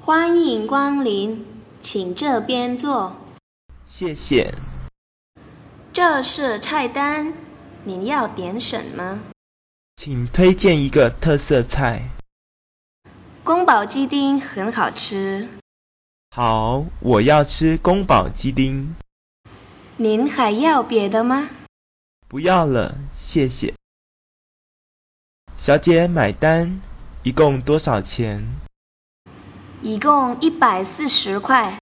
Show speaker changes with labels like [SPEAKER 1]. [SPEAKER 1] 欢迎光临，请这边坐。
[SPEAKER 2] 谢谢。
[SPEAKER 1] 这是菜单，您要点什么？
[SPEAKER 2] 请推荐一个特色菜。
[SPEAKER 1] 宫保鸡丁很好吃，
[SPEAKER 2] 好，我要吃宫保鸡丁。
[SPEAKER 1] 您还要别的吗？
[SPEAKER 2] 不要了，谢谢。小姐，买单，一共多少钱？
[SPEAKER 1] 一共一百四十块。